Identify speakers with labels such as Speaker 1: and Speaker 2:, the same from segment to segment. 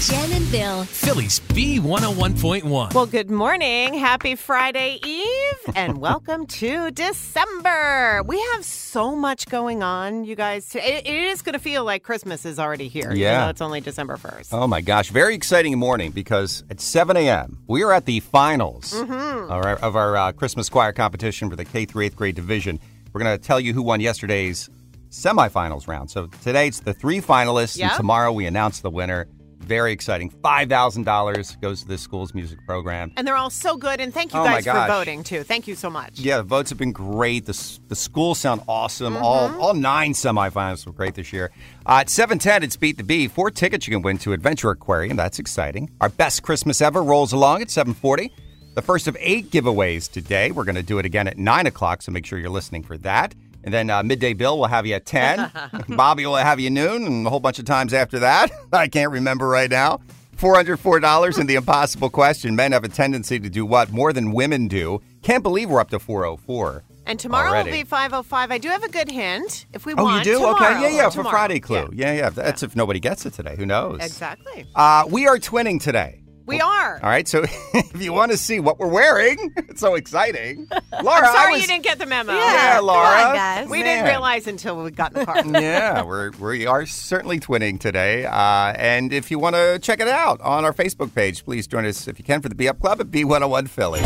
Speaker 1: Jen and Bill.
Speaker 2: Phillies B101.1.
Speaker 3: Well, good morning. Happy Friday Eve and welcome to December. We have so much going on, you guys. It, it is going to feel like Christmas is already here. even
Speaker 4: Yeah.
Speaker 3: though it's only December 1st.
Speaker 4: Oh my gosh, very exciting morning because at 7 a.m., we are at the finals of our, of our uh, Christmas choir competition for the K through 8th grade division. We're going to tell you who won yesterday's semifinals round. So today it's the three finalists,
Speaker 3: Yeah.
Speaker 4: and tomorrow we announce the winner. Very exciting. $5,000 goes to the school's music program.
Speaker 3: And they're all so good. And thank you
Speaker 4: Oh, my
Speaker 3: guys for
Speaker 4: gosh.
Speaker 3: voting, too. Thank you so much.
Speaker 4: Yeah, the votes have been great. The, s- the schools sound awesome. All all nine semifinals were great this year. Uh, at 710, it's Beat the Bee. Four tickets you can win to Adventure Aquarium. That's exciting. Our best Christmas ever rolls along at 740. The first of eight giveaways today. We're going to do it again at 9 o'clock, so make sure you're listening for that. And then uh, Midday Bill will have you at 10. Bobby will have you noon and a whole bunch of times after that. I can't remember right now. $404 in the impossible question. Men have a tendency to do what more than women do. Can't believe we're up to 404.
Speaker 3: And tomorrow
Speaker 4: already.
Speaker 3: will be 505. I do have a good hint if we
Speaker 4: Oh,
Speaker 3: want.
Speaker 4: you do?
Speaker 3: Tomorrow,
Speaker 4: okay, yeah, yeah,
Speaker 3: or
Speaker 4: for
Speaker 3: tomorrow.
Speaker 4: Friday clue.
Speaker 3: Yeah,
Speaker 4: Yeah, yeah. That's if nobody gets it today. Who knows?
Speaker 3: Exactly.
Speaker 4: Uh, we are twinning today.
Speaker 3: We are.
Speaker 4: All right, so if you want to see what we're wearing, it's so exciting. Laura, I
Speaker 3: Sorry
Speaker 4: was-
Speaker 3: you didn't get the memo.
Speaker 4: Yeah, Laura.
Speaker 5: guys.
Speaker 3: We didn't
Speaker 4: Man.
Speaker 3: realize until we got in the car.
Speaker 4: yeah, we're, we are certainly twinning today. Uh, and if you want to check it out on our Facebook page, please join us if you can for the Be Up Club at B101 Philly.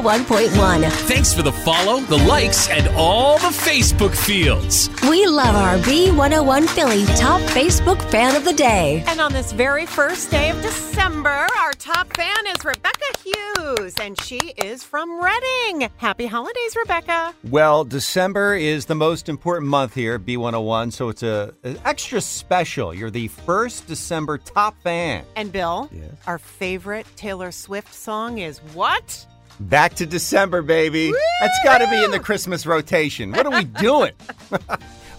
Speaker 1: B101.1.
Speaker 2: Thanks for the follow, the likes, and all the Facebook fields.
Speaker 1: We love our B101 Philly top Facebook fan of the day.
Speaker 3: And on this very first day of December, our top fan is Rebecca Hughes, and she is from Reading. Happy holidays, Rebecca.
Speaker 4: Well, December is the most important month here at B101, so it's a, an extra special. You're the first December top fan.
Speaker 3: And Bill, our favorite Taylor Swift song is what?
Speaker 4: Back to December, baby. That's got to be in the Christmas rotation. What are we doing?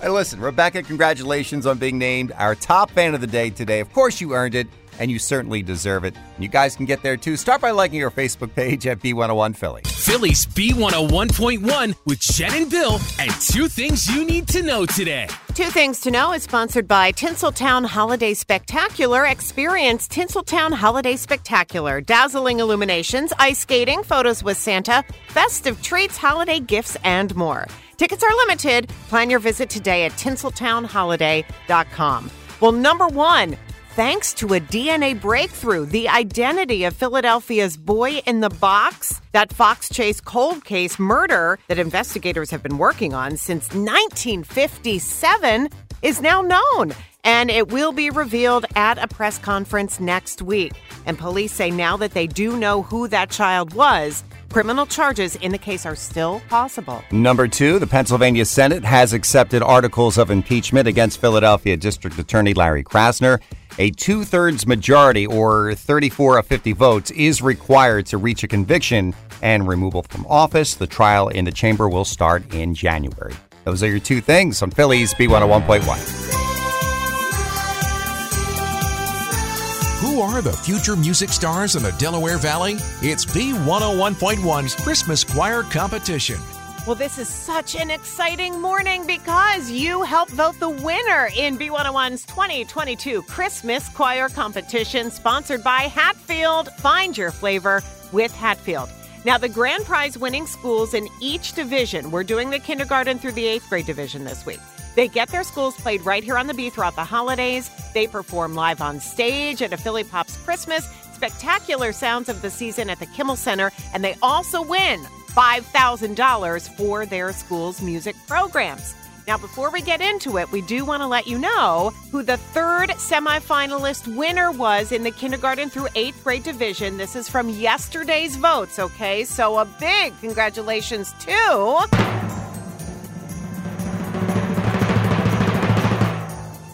Speaker 4: Hey, listen, Rebecca, congratulations on being named our top fan of the day today. Of course, you earned it, and you certainly deserve it. And you guys can get there too. Start by liking our Facebook page at B101 Philly.
Speaker 2: Phillies B101.1 with Jen and Bill and two things you need to know today.
Speaker 3: Two Things to Know is sponsored by Tinseltown Holiday Spectacular. Experience Tinseltown Holiday Spectacular. Dazzling illuminations, ice skating, photos with Santa, festive treats, holiday gifts, and more. Tickets are limited. Plan your visit today at tinseltownholiday.com. Well, number one, thanks to a DNA breakthrough, the identity of Philadelphia's boy in the box, that Fox Chase cold case murder that investigators have been working on since 1957, is now known. And it will be revealed at a press conference next week. And police say now that they do know who that child was, criminal charges in the case are still possible.
Speaker 4: Number two, the Pennsylvania Senate has accepted articles of impeachment against Philadelphia District Attorney Larry Krasner. A two thirds majority, or 34 of 50 votes, is required to reach a conviction and removal from office. The trial in the chamber will start in January. Those are your two things on Phillies B101.1.
Speaker 6: Who are the future music stars in the Delaware Valley? It's B101.1's Christmas Choir Competition.
Speaker 3: Well, this is such an exciting morning because you helped vote the winner in B101's 2022 Christmas Choir Competition, sponsored by Hatfield. Find your flavor with Hatfield. Now, the grand prize winning schools in each division, we're doing the kindergarten through the eighth grade division this week. They get their schools played right here on the B throughout the holidays. They perform live on stage at a Philly Pops Christmas, spectacular sounds of the season at the Kimmel Center, and they also win $5,000 for their school's music programs. Now, before we get into it, we do want to let you know who the third semifinalist winner was in the kindergarten through eighth grade division. This is from yesterday's votes, okay? So, a big congratulations to.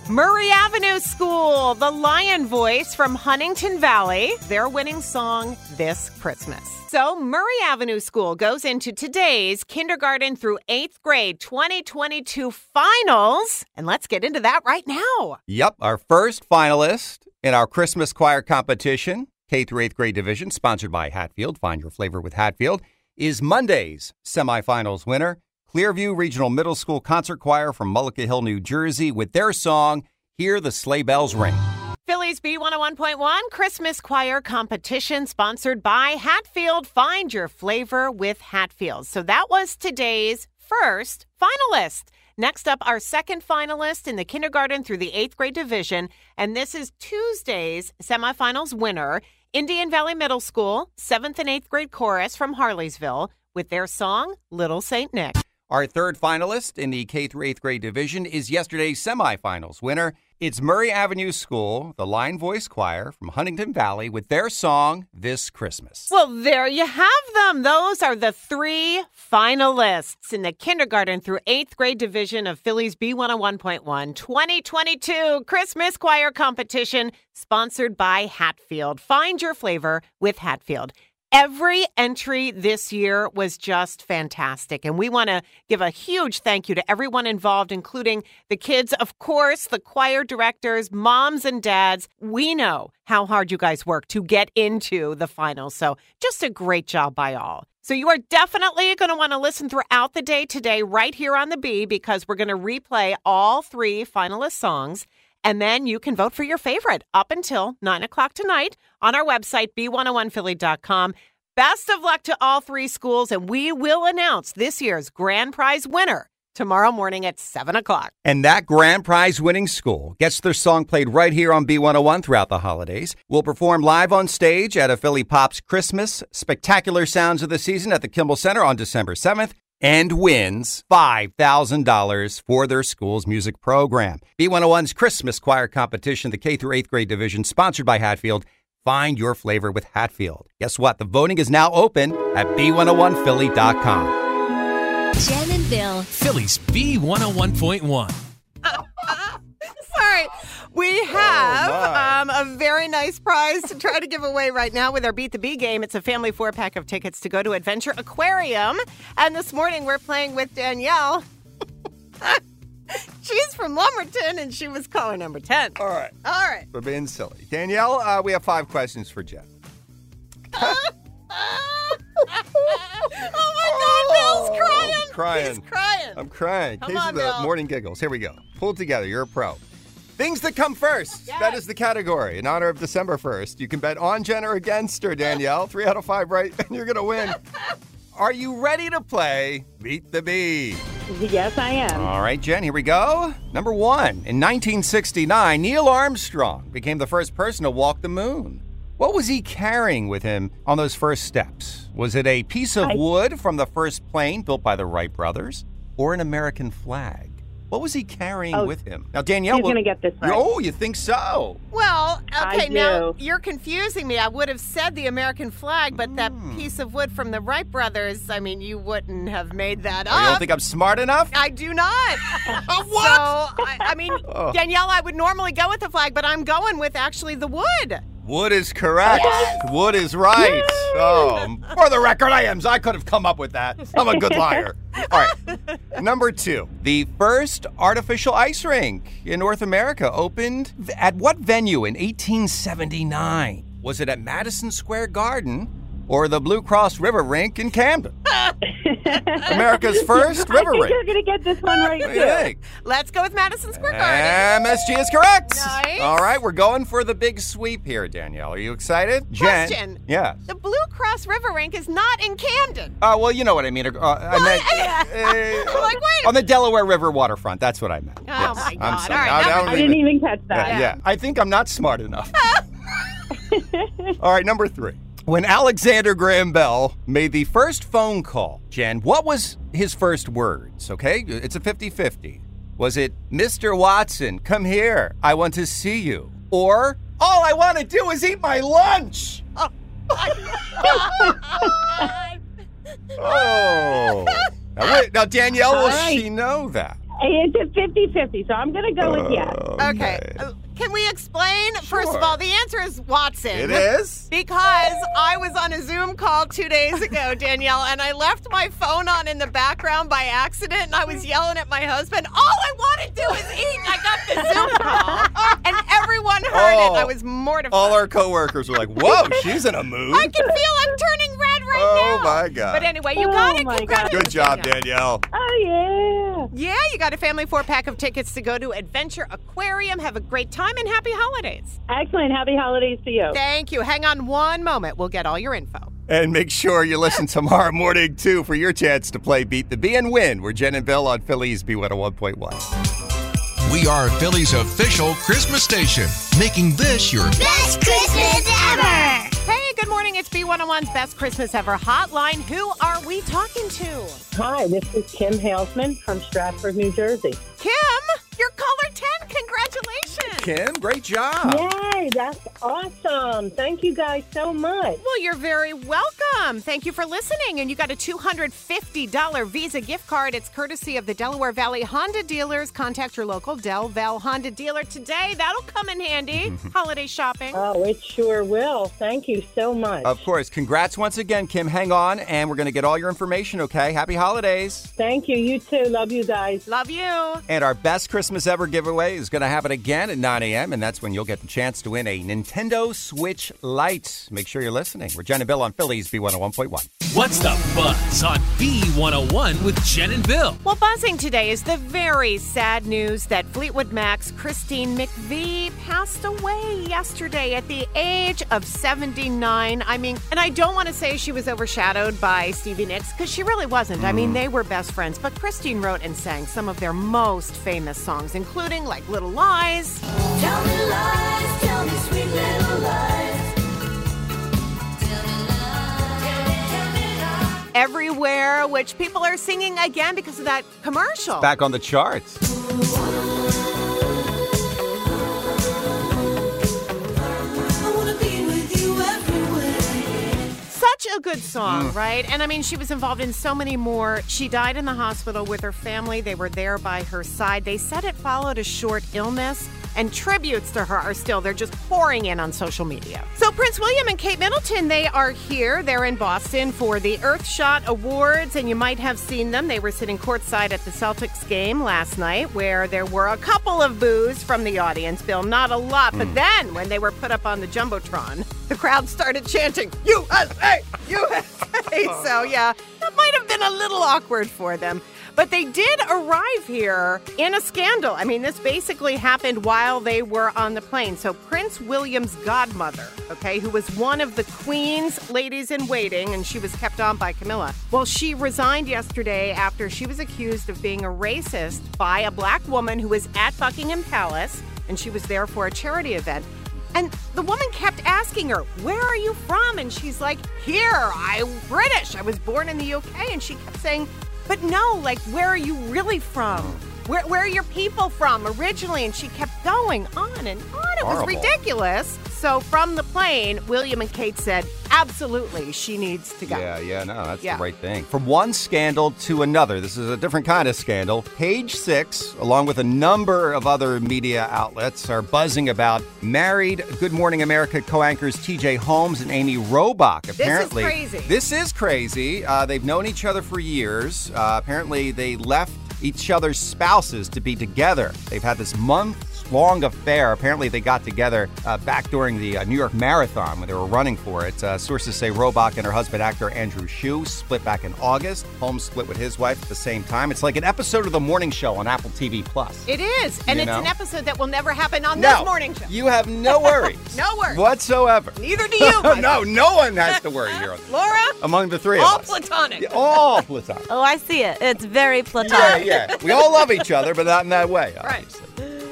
Speaker 3: Murray Avenue School, the Lion Voice from Huntington Valley, their winning song this Christmas. So, Murray Avenue School goes into today's kindergarten through eighth grade 2022 finals. And let's get into that right now.
Speaker 4: Yep, our first finalist in our Christmas choir competition, K through 8th grade division, sponsored by Hatfield. Find your flavor with Hatfield, is Monday's semifinals winner, Clearview Regional Middle School Concert Choir from Mullica Hill, New Jersey, with their song, Hear the Sleigh Bells Ring.
Speaker 3: Phillies B101.1 Christmas Choir Competition sponsored by Hatfield. Find your flavor with Hatfield. So that was today's first finalist. Next up, our second finalist in the kindergarten through the eighth grade division. And this is Tuesday's semifinals winner, Indian Valley Middle School, seventh and eighth grade chorus from Harleysville with their song, Little Saint Nick.
Speaker 4: Our third finalist in the K through 8th grade division is yesterday's semifinals winner. It's Murray Avenue School, the Line Voice Choir from Huntington Valley with their song This Christmas.
Speaker 3: Well, there you have them. Those are the three finalists in the kindergarten through eighth grade division of Phillies B101.1 2022 Christmas Choir Competition, sponsored by Hatfield. Find your flavor with Hatfield. Every entry this year was just fantastic. And we want to give a huge thank you to everyone involved, including the kids, of course, the choir directors, moms, and dads. We know how hard you guys work to get into the finals. So just a great job by all. So you are definitely going to want to listen throughout the day today, right here on the B, because we're going to replay all three finalist songs. And then you can vote for your favorite up until 9 o'clock tonight on our website, b101philly.com. Best of luck to all three schools, and we will announce this year's grand prize winner tomorrow morning at 7 o'clock.
Speaker 4: And that grand prize winning school gets their song played right here on B101 throughout the holidays. We'll perform live on stage at a Philly Pops Christmas, Spectacular Sounds of the Season at the Kimball Center on December 7th, and wins $5,000 for their school's music program. B101's Christmas Choir Competition, the K through 8th grade division, sponsored by Hatfield. Find your flavor with Hatfield. Guess what? The voting is now open at b101philly.com.
Speaker 1: Jen and Bill.
Speaker 2: Phillies B101.1.
Speaker 3: Sorry. We have um, a very nice prize to try to give away right now with our Beat the Bee game. It's a family four pack of tickets to go to Adventure Aquarium. And this morning we're playing with Danielle. She's from Lumberton and she was caller number 10. All
Speaker 4: right.
Speaker 3: All right.
Speaker 4: for being silly. Danielle, uh, we have five questions for Jeff.
Speaker 3: oh my God, Bill's crying.
Speaker 4: I'm crying.
Speaker 3: He's crying.
Speaker 4: I'm crying.
Speaker 3: Come
Speaker 4: Case
Speaker 3: on,
Speaker 4: of the
Speaker 3: Bill.
Speaker 4: morning giggles. Here we go. Pull it together. You're a pro. Things that come first. That is the category. In honor of December 1st, you can bet on Jen or against her, Danielle. Three out of five right, and you're going to win. Are you ready to play Beat the Bee?
Speaker 5: Yes, I am.
Speaker 4: All right, Jen, here we go. Number one. In 1969, Neil Armstrong became the first person to walk the moon. What was he carrying with him on those first steps? Was it a piece of wood from the first plane built by the Wright brothers or an American flag? What was he carrying
Speaker 5: Oh,
Speaker 4: with him? Now, Danielle.
Speaker 5: he's
Speaker 4: will-
Speaker 5: gonna get this right.
Speaker 4: Oh, you think so?
Speaker 3: Well,
Speaker 5: I
Speaker 3: okay, now
Speaker 5: do.
Speaker 3: you're confusing me. I would have said the American flag, but that
Speaker 4: Hmm.
Speaker 3: piece of wood from the Wright brothers, I mean, you wouldn't have made that
Speaker 4: You
Speaker 5: Ah.
Speaker 4: don't
Speaker 3: up.
Speaker 4: think I'm smart enough?
Speaker 3: I do not. what? So, I, I mean,
Speaker 4: Oh.
Speaker 3: Danielle, I would normally go with the flag, but I'm going with actually the wood.
Speaker 4: Wood is correct. Wood is right. Oh, for the record, I am. I could have come up with that. I'm a good liar. All right. Number two, the first artificial ice rink in North America opened v- at what venue in 1879? Was it at Madison Square Garden or the Blue Cross River Rink in Camden? America's first river
Speaker 5: I think you're
Speaker 4: rink.
Speaker 5: going to get this one right,
Speaker 4: What do you
Speaker 5: too.
Speaker 4: think?
Speaker 3: Let's go with Madison Square Garden.
Speaker 4: MSG is correct.
Speaker 3: Nice.
Speaker 4: All right, we're going for the big sweep here, Danielle. Are you excited? Jen.
Speaker 3: Question.
Speaker 4: Yeah.
Speaker 3: The Blue Cross River Rink is not in Camden.
Speaker 4: Uh, well, you know what I mean. Uh, I meant, uh,
Speaker 3: I'm like, wait a
Speaker 4: on the Delaware River waterfront. That's what I meant.
Speaker 3: Oh,
Speaker 4: Yes,
Speaker 3: my
Speaker 4: I'm
Speaker 3: God. All
Speaker 4: sorry.
Speaker 3: right,
Speaker 4: I'll-
Speaker 3: that
Speaker 4: I'll
Speaker 5: I
Speaker 4: leave
Speaker 5: didn't
Speaker 4: it.
Speaker 5: even catch that.
Speaker 4: Yeah, yeah. I think I'm not smart enough. All right, number three. When Alexander Graham Bell made the first phone call, Jen, what was his first words? Okay, it's a 50 50. Was it, Mr. Watson, come here, I want to see you? Or, all I want to do is eat my lunch? Oh. Now, wait, now Danielle, will
Speaker 5: right.
Speaker 4: she know that?
Speaker 5: It's a 50 50, so I'm going to go with yes.
Speaker 3: Okay. Uh, Can we explain? First of
Speaker 4: Sure.
Speaker 3: all, the answer is Watson.
Speaker 4: It is?
Speaker 3: Because I was on a Zoom call two days ago, Danielle, and I left my phone on in the background by accident, and I was yelling at my husband, All I want to do is eat. I got the Zoom call. And everyone heard
Speaker 4: Oh.
Speaker 3: it. I was mortified.
Speaker 4: All our coworkers were like, whoa, she's in a mood.
Speaker 3: I can feel I'm turning red right
Speaker 4: Oh,
Speaker 3: now.
Speaker 4: my God.
Speaker 3: But anyway, you got
Speaker 5: Oh,
Speaker 3: it.
Speaker 5: my God.
Speaker 3: Congratulations.
Speaker 4: Good job, Danielle.
Speaker 5: Oh, yeah.
Speaker 3: Yeah, you got a family four pack of tickets to go to Adventure Aquarium. Have a great time and happy holidays.
Speaker 5: Excellent. Happy holidays to you.
Speaker 3: Thank you. Hang on one moment. We'll get all your info.
Speaker 4: And make sure you listen tomorrow morning, too, for your chance to play Beat the Bee and win. We're Jen and Bill on Phillies B101.1.
Speaker 6: We are Philly's official Christmas station, making this your
Speaker 7: Best Christmas ever!
Speaker 3: Hey, good morning. It's B101's Best Christmas Ever Hotline. Who are we talking to?
Speaker 5: Hi, this is Kim Halesman from Stratford, New Jersey.
Speaker 3: Kim, you're caller 10. Congratulations.
Speaker 4: Kim, great job.
Speaker 5: Yay, that's awesome. Thank you guys so much.
Speaker 3: Well, you're very welcome. Thank you for listening. And you got a $250 Visa gift card. It's courtesy of the Delaware Valley Honda dealers. Contact your local Del Valle Honda dealer today. That'll come in handy. Holiday shopping.
Speaker 5: Oh, it sure will. Thank you so much.
Speaker 4: Of course. Congrats once again, Kim. Hang on, and we're going to get all your information, okay? Happy holidays.
Speaker 5: Thank you. You too. Love you guys.
Speaker 3: Love you.
Speaker 4: And our best Christmas ever giveaway is going to happen again at 9 a.m., and that's when you'll get the chance to win a Nintendo Switch Lite. Make sure you're listening. We're Jen and Bill on Phillies B101.1.
Speaker 2: What's the buzz on B101 with Jen and Bill?
Speaker 3: Well, buzzing today is the very sad news that Fleetwood Mac's Christine McVie passed away yesterday at the age of 79. I mean, and I don't want to say she was overshadowed by Stevie Nicks because she really wasn't. I mean, they were best friends, but Christine wrote and sang some of their most famous songs, including like Little Lies.
Speaker 7: Tell me lies, tell me sweet little lies. Tell me lies.
Speaker 3: Everywhere, which people are singing again because of that commercial.
Speaker 4: Back on the charts.
Speaker 7: I wanna be with you everywhere.
Speaker 3: Such a good song, right? And I mean, she was involved in so many more. She died in the hospital with her family. They were there by her side. They said it followed a short illness, and tributes to her are still, they're just pouring in on social media. So, Prince William and Kate Middleton, they are here. They're in Boston for the Earthshot Awards, and you might have seen them. They were sitting courtside at the Celtics game last night, where there were a couple of boos from the audience, Bill, not a lot. But then, when they were put up on the Jumbotron, the crowd started chanting, USA! USA! so, yeah, that might have been a little awkward for them. But they did arrive here in a scandal. I mean, this basically happened while they were on the plane. So, Prince William's godmother, okay, who was one of the Queen's ladies in waiting, and she was kept on by Camilla, well, she resigned yesterday after she was accused of being a racist by a black woman who was at Buckingham Palace, and she was there for a charity event. And the woman kept asking her, Where are you from? And she's like, Here, I'm British. I was born in the UK. And she kept saying, But no, like, where are you really from? Where, where are your people from originally? And she kept going on and on. It was
Speaker 4: Horrible.
Speaker 3: ridiculous. So from the plane, William and Kate said, Absolutely, she needs to go.
Speaker 4: Yeah, yeah, no, that's
Speaker 3: Yeah.
Speaker 4: the right thing. From one scandal to another, this is a different kind of scandal. Page Six, along with a number of other media outlets, are buzzing about married Good Morning America co anchors TJ Holmes and Amy Robach.
Speaker 3: is
Speaker 4: Apparently,
Speaker 3: crazy.
Speaker 4: This is crazy. Uh, they've known each other for years. Uh, apparently, they left each other's spouses to be together. They've had this months long affair. Apparently, they got together uh, back during the uh, New York Marathon when they were running for it. Uh, sources say Robach and her husband, actor Andrew Shue, split back in August. Holmes split with his wife at the same time. It's like an episode of The Morning Show on Apple TV Plus.
Speaker 3: It is. And
Speaker 4: You
Speaker 3: it's
Speaker 4: know?
Speaker 3: an episode that will never happen on
Speaker 4: no,
Speaker 3: this morning show.
Speaker 4: you have no worries.
Speaker 3: No worries.
Speaker 4: Whatsoever.
Speaker 3: Neither do you. my
Speaker 4: no,
Speaker 3: friend.
Speaker 4: no one has to worry here on this.
Speaker 3: Laura,
Speaker 4: Among the three
Speaker 3: all
Speaker 4: of us.
Speaker 3: platonic.
Speaker 4: Yeah, all platonic.
Speaker 8: Oh, I see it. It's very
Speaker 4: yeah,
Speaker 8: platonic.
Speaker 4: yeah. We all love each other, but not in that way.
Speaker 3: Right.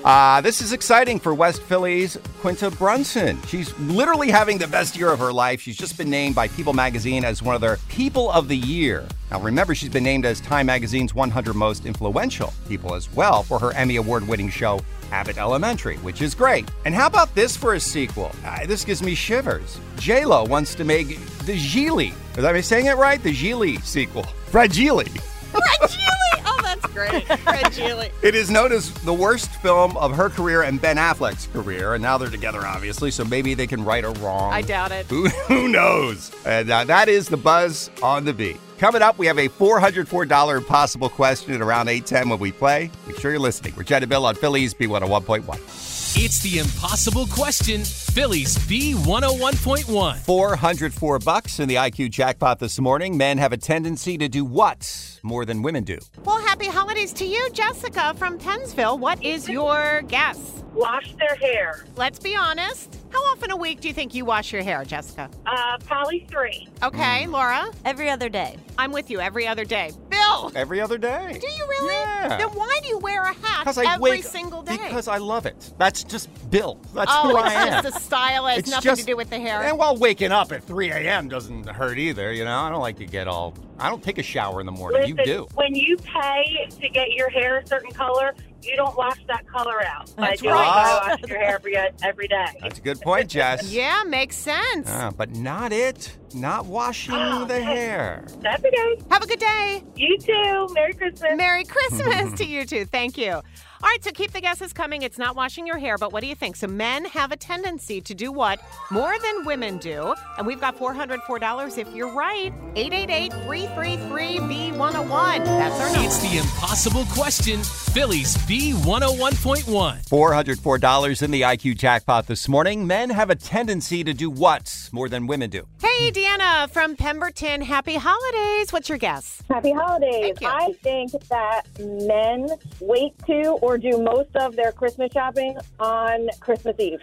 Speaker 4: Uh, this is exciting for West Phillies Quinta Brunson. She's literally having the best year of her life. She's just been named by People Magazine as one of their People of the Year. Now, remember, she's been named as Time Magazine's 100 Most Influential People as well for her Emmy Award winning show, Abbott Elementary, which is great. And how about this for a sequel? Uh, this gives me shivers. J-Lo wants to make the Gili. Is I saying it right? The Gili sequel. Fragile.
Speaker 3: Fragile. Oh, that's great. Fragile.
Speaker 4: It is known as the worst film of her career and Ben Affleck's career, and now they're together, obviously, so maybe they can right a wrong.
Speaker 3: I doubt it.
Speaker 4: Who, who knows? And uh, that is the buzz on the beat. Coming up, we have a $404 impossible question at around 810 when we play. oh Make sure you're listening. We're Jenna Bill on Phillies B101.1.
Speaker 2: It's the impossible question Philly's B101.1.
Speaker 4: 404 bucks in the IQ jackpot this morning. Men have a tendency to do what more than women do?
Speaker 3: Well, happy holidays to you, Jessica from Pennsville. What is your guess?
Speaker 5: Wash their hair.
Speaker 3: Let's be honest. How often a week do you think you wash your hair, Jessica?
Speaker 5: Uh, probably three.
Speaker 3: Okay,
Speaker 4: Mm.
Speaker 3: Laura,
Speaker 8: Every other day.
Speaker 3: I'm with you every other day. Bill,
Speaker 4: Every other day.
Speaker 3: do you really?
Speaker 4: Yeah.
Speaker 3: Then why do you wear a hat
Speaker 4: Because
Speaker 3: every
Speaker 4: I wake
Speaker 3: single day?
Speaker 4: because I love it. That's just Bill. That's
Speaker 3: oh,
Speaker 4: who
Speaker 3: it's
Speaker 4: I am.
Speaker 3: just a style. It has
Speaker 4: It's
Speaker 3: nothing
Speaker 4: just-
Speaker 3: to do with the hair.
Speaker 4: And while waking up at 3 a.m. doesn't hurt either. You know, I don't like to get all. I don't take a shower in the morning.
Speaker 5: Listen,
Speaker 4: you do.
Speaker 5: When you pay to get your hair a certain color, you don't wash that color out.
Speaker 3: That's
Speaker 5: I do it.
Speaker 4: right.
Speaker 5: I wash your hair every, every day.
Speaker 4: That's a good point, Jess.
Speaker 3: yeah, makes sense.
Speaker 4: Ah, but not it. Not washing
Speaker 5: Oh,
Speaker 4: the
Speaker 5: okay.
Speaker 4: hair.
Speaker 5: That's okay.
Speaker 3: Have a good day.
Speaker 5: You too. Merry Christmas.
Speaker 3: Merry Christmas to you too. Thank you. All right, so keep the guesses coming. It's not washing your hair, but what do you think? So, men have a tendency to do what more than women do. And we've got $404 if you're right. 888 333 B101. That's our number.
Speaker 2: It's the impossible question. Philly's B101.1.
Speaker 4: $404 in the IQ jackpot this morning. Men have a tendency to do what more than women do?
Speaker 3: Hey, Deanna from Pemberton. Happy holidays. What's your guess?
Speaker 5: Happy holidays.
Speaker 3: Thank you.
Speaker 5: I think that men wait to or do most of their Christmas shopping on Christmas Eve.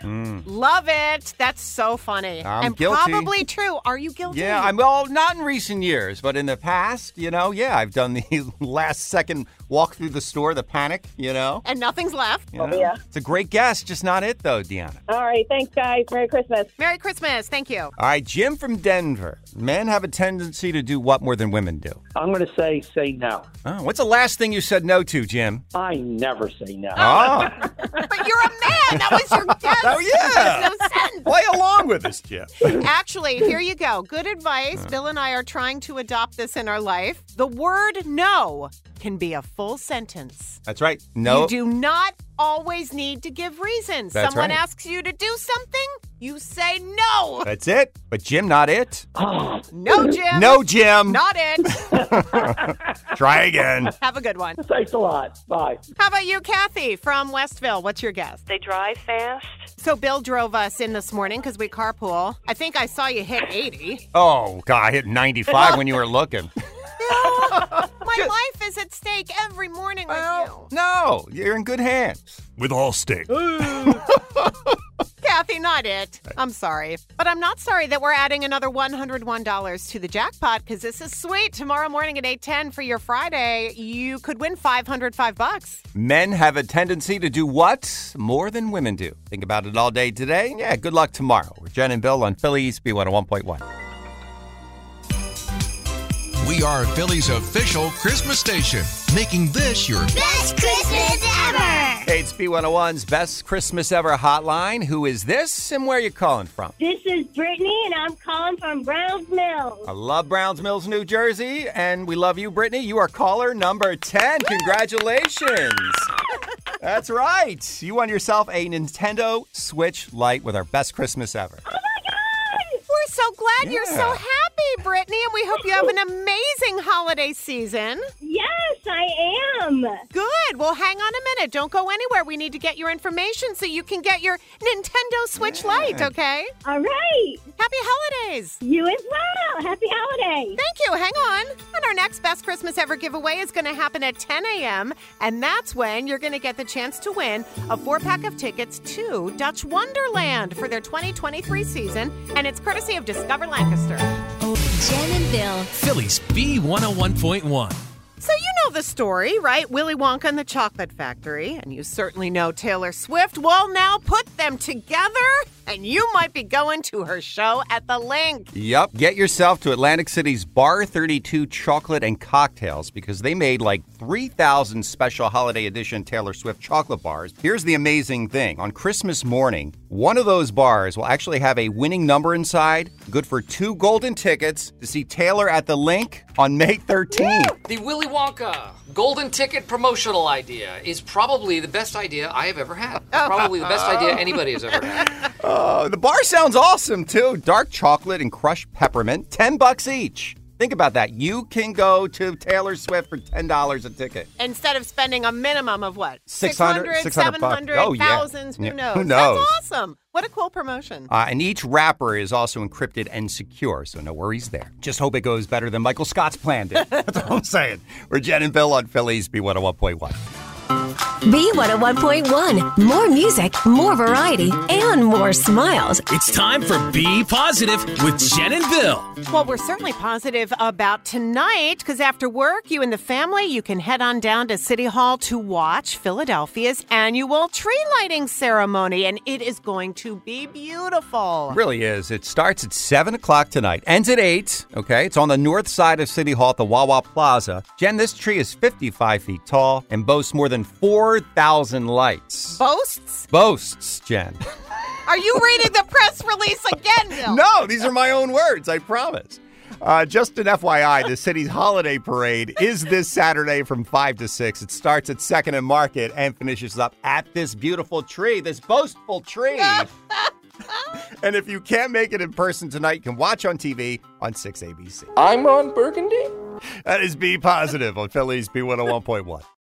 Speaker 3: Love it. That's so funny.
Speaker 4: I'm
Speaker 3: and
Speaker 4: guilty.
Speaker 3: probably true. Are you guilty?
Speaker 4: Yeah, I'm well, not in recent years, but in the past, you know, yeah, I've done the last second walk through the store, the panic, you know.
Speaker 3: and nothing's left.
Speaker 4: You know?
Speaker 5: yeah.
Speaker 4: It's a great guess, just not it though, Deanna.
Speaker 5: All right. Thanks, guys. Merry Christmas.
Speaker 3: Merry Christmas. Thank you.
Speaker 4: All right, Jim from Denver. Men have a tendency to do what more than women do.
Speaker 9: I'm going to say say no.
Speaker 4: Oh, what's the last thing you said no to, Jim?
Speaker 9: I never say no.
Speaker 10: Ah.
Speaker 4: Oh,
Speaker 3: But you're a man. That was your guess.
Speaker 4: Oh, yeah.
Speaker 3: That makes no sense.
Speaker 4: play along with us, Jim.
Speaker 3: Actually, here you go. Good advice. Bill and I are trying to adopt this in our life. The word no can be a full sentence.
Speaker 4: That's right. No.
Speaker 3: You do not always need to give reasons.
Speaker 4: Oh. That's
Speaker 3: Someone
Speaker 4: right.
Speaker 3: asks you to do something, you say no.
Speaker 4: That's it. But Jim, not it.
Speaker 3: No, Jim.
Speaker 4: No, Jim.
Speaker 3: Not it.
Speaker 4: Try again.
Speaker 3: Have a good one.
Speaker 9: Thanks a lot. Bye.
Speaker 3: How about you, Kathy from Westville? What's your guess?
Speaker 11: They drive fast.
Speaker 3: So, Bill drove us in this morning because we carpool. I think I saw you hit 80.
Speaker 4: Oh, God, I hit 95 when you were looking.
Speaker 3: My life is at stake every morning with you.
Speaker 4: No, you're in good hands.
Speaker 6: With Allstate.
Speaker 3: Kathy, not it. I'm sorry. But I'm not sorry that we're adding another $101 to the jackpot because this is sweet. Tomorrow morning at 810 for your Friday, you could win 505 bucks.
Speaker 4: Men have a tendency to do what more than women do. Think about it all day today. Yeah, good luck tomorrow. We're Jen and Bill on Phillies B101.1.
Speaker 6: We are Philly's official Christmas station, making this your
Speaker 7: Best Christmas ever!
Speaker 4: Hey, it's B101's Best Christmas Ever Hotline. Who is this and where are you calling from?
Speaker 5: This is Brittany, and I'm calling from Browns Mills.
Speaker 4: I love Browns Mills, New Jersey, and we love you, Brittany. You are caller number 10. Congratulations. That's right. You won yourself a Nintendo Switch Lite with our best Christmas ever.
Speaker 3: We're so glad you're so
Speaker 4: Yeah.
Speaker 3: happy, Brittany, and we hope you have an amazing holiday season.
Speaker 5: Yes, I am.
Speaker 3: Good. Well, hang on a minute. Don't go anywhere. We need to get your information so you can get your Nintendo Switch Lite, okay?
Speaker 5: All right.
Speaker 3: Happy holidays.
Speaker 5: You as well. Happy holidays.
Speaker 3: Thank you. Hang on. And our next Best Christmas Ever giveaway is going to happen at 10 a.m. And that's when you're going to get the chance to win a four pack of tickets to Dutch Wonderland for their 2023 season. And it's courtesy of Discover Lancaster.
Speaker 1: Jen and Bill.
Speaker 2: Philly's B101.1.
Speaker 3: So, you know the story, right? Willy Wonka and the Chocolate Factory. And you certainly know Taylor Swift. Well, now put them together, and you might be going to her show at the link.
Speaker 4: Yep. Get yourself to Atlantic City's Bar 32 Chocolate and Cocktails because they made like 3,000 special holiday edition Taylor Swift chocolate bars. Here's the amazing thing on Christmas morning, one of those bars will actually have a winning number inside, good for two golden tickets to see Taylor at the link on May 13th.
Speaker 10: The Willy Wonka golden ticket promotional idea is probably the best idea I have ever had.
Speaker 5: Oh.
Speaker 10: Probably the best idea anybody has ever had.
Speaker 4: Uh, the bar sounds awesome too. Dark chocolate and crushed peppermint, 10 bucks each. Think about that. You can go to Taylor Swift for $10 a ticket.
Speaker 3: Instead of spending a minimum of what?
Speaker 4: 600, 600 bucks.
Speaker 3: 700,
Speaker 4: Oh, yeah.
Speaker 3: thousands, who
Speaker 4: Yeah.
Speaker 3: knows?
Speaker 4: Who knows?
Speaker 3: That's awesome. What a cool promotion.
Speaker 4: Uh, and each wrapper is also encrypted and secure, so no worries there. Just hope it goes better than Michael Scott's plan did. That's all I'm saying. We're Jen and Bill on Phillies B101.1.
Speaker 1: B101.1. More music, more variety, and more smiles.
Speaker 2: It's time for Be Positive with Jen and Bill.
Speaker 3: Well, we're certainly positive about tonight because after work, you and the family, you can head on down to City Hall to watch Philadelphia's annual tree lighting ceremony, and it is going to be beautiful.
Speaker 4: Really is. It starts at 7 o'clock tonight, ends at 8. Okay, it's on the north side of City Hall at the Wawa Plaza. Jen, this tree is 55 feet tall and boasts more than 4,000 lights.
Speaker 3: Boasts?
Speaker 4: boasts, Jen.
Speaker 3: Are you reading the press release again, Bill?
Speaker 4: No, these are my own words, I promise. Uh, just an FYI, the city's holiday parade is this Saturday from 5 to 6. It starts at 2nd and Market and finishes up at this beautiful tree, this boastful tree. and if you can't make it in person tonight, you can watch on TV on 6ABC.
Speaker 8: I'm Ron Burgundy.
Speaker 4: oh That is Be Positive on Phillies B101.1.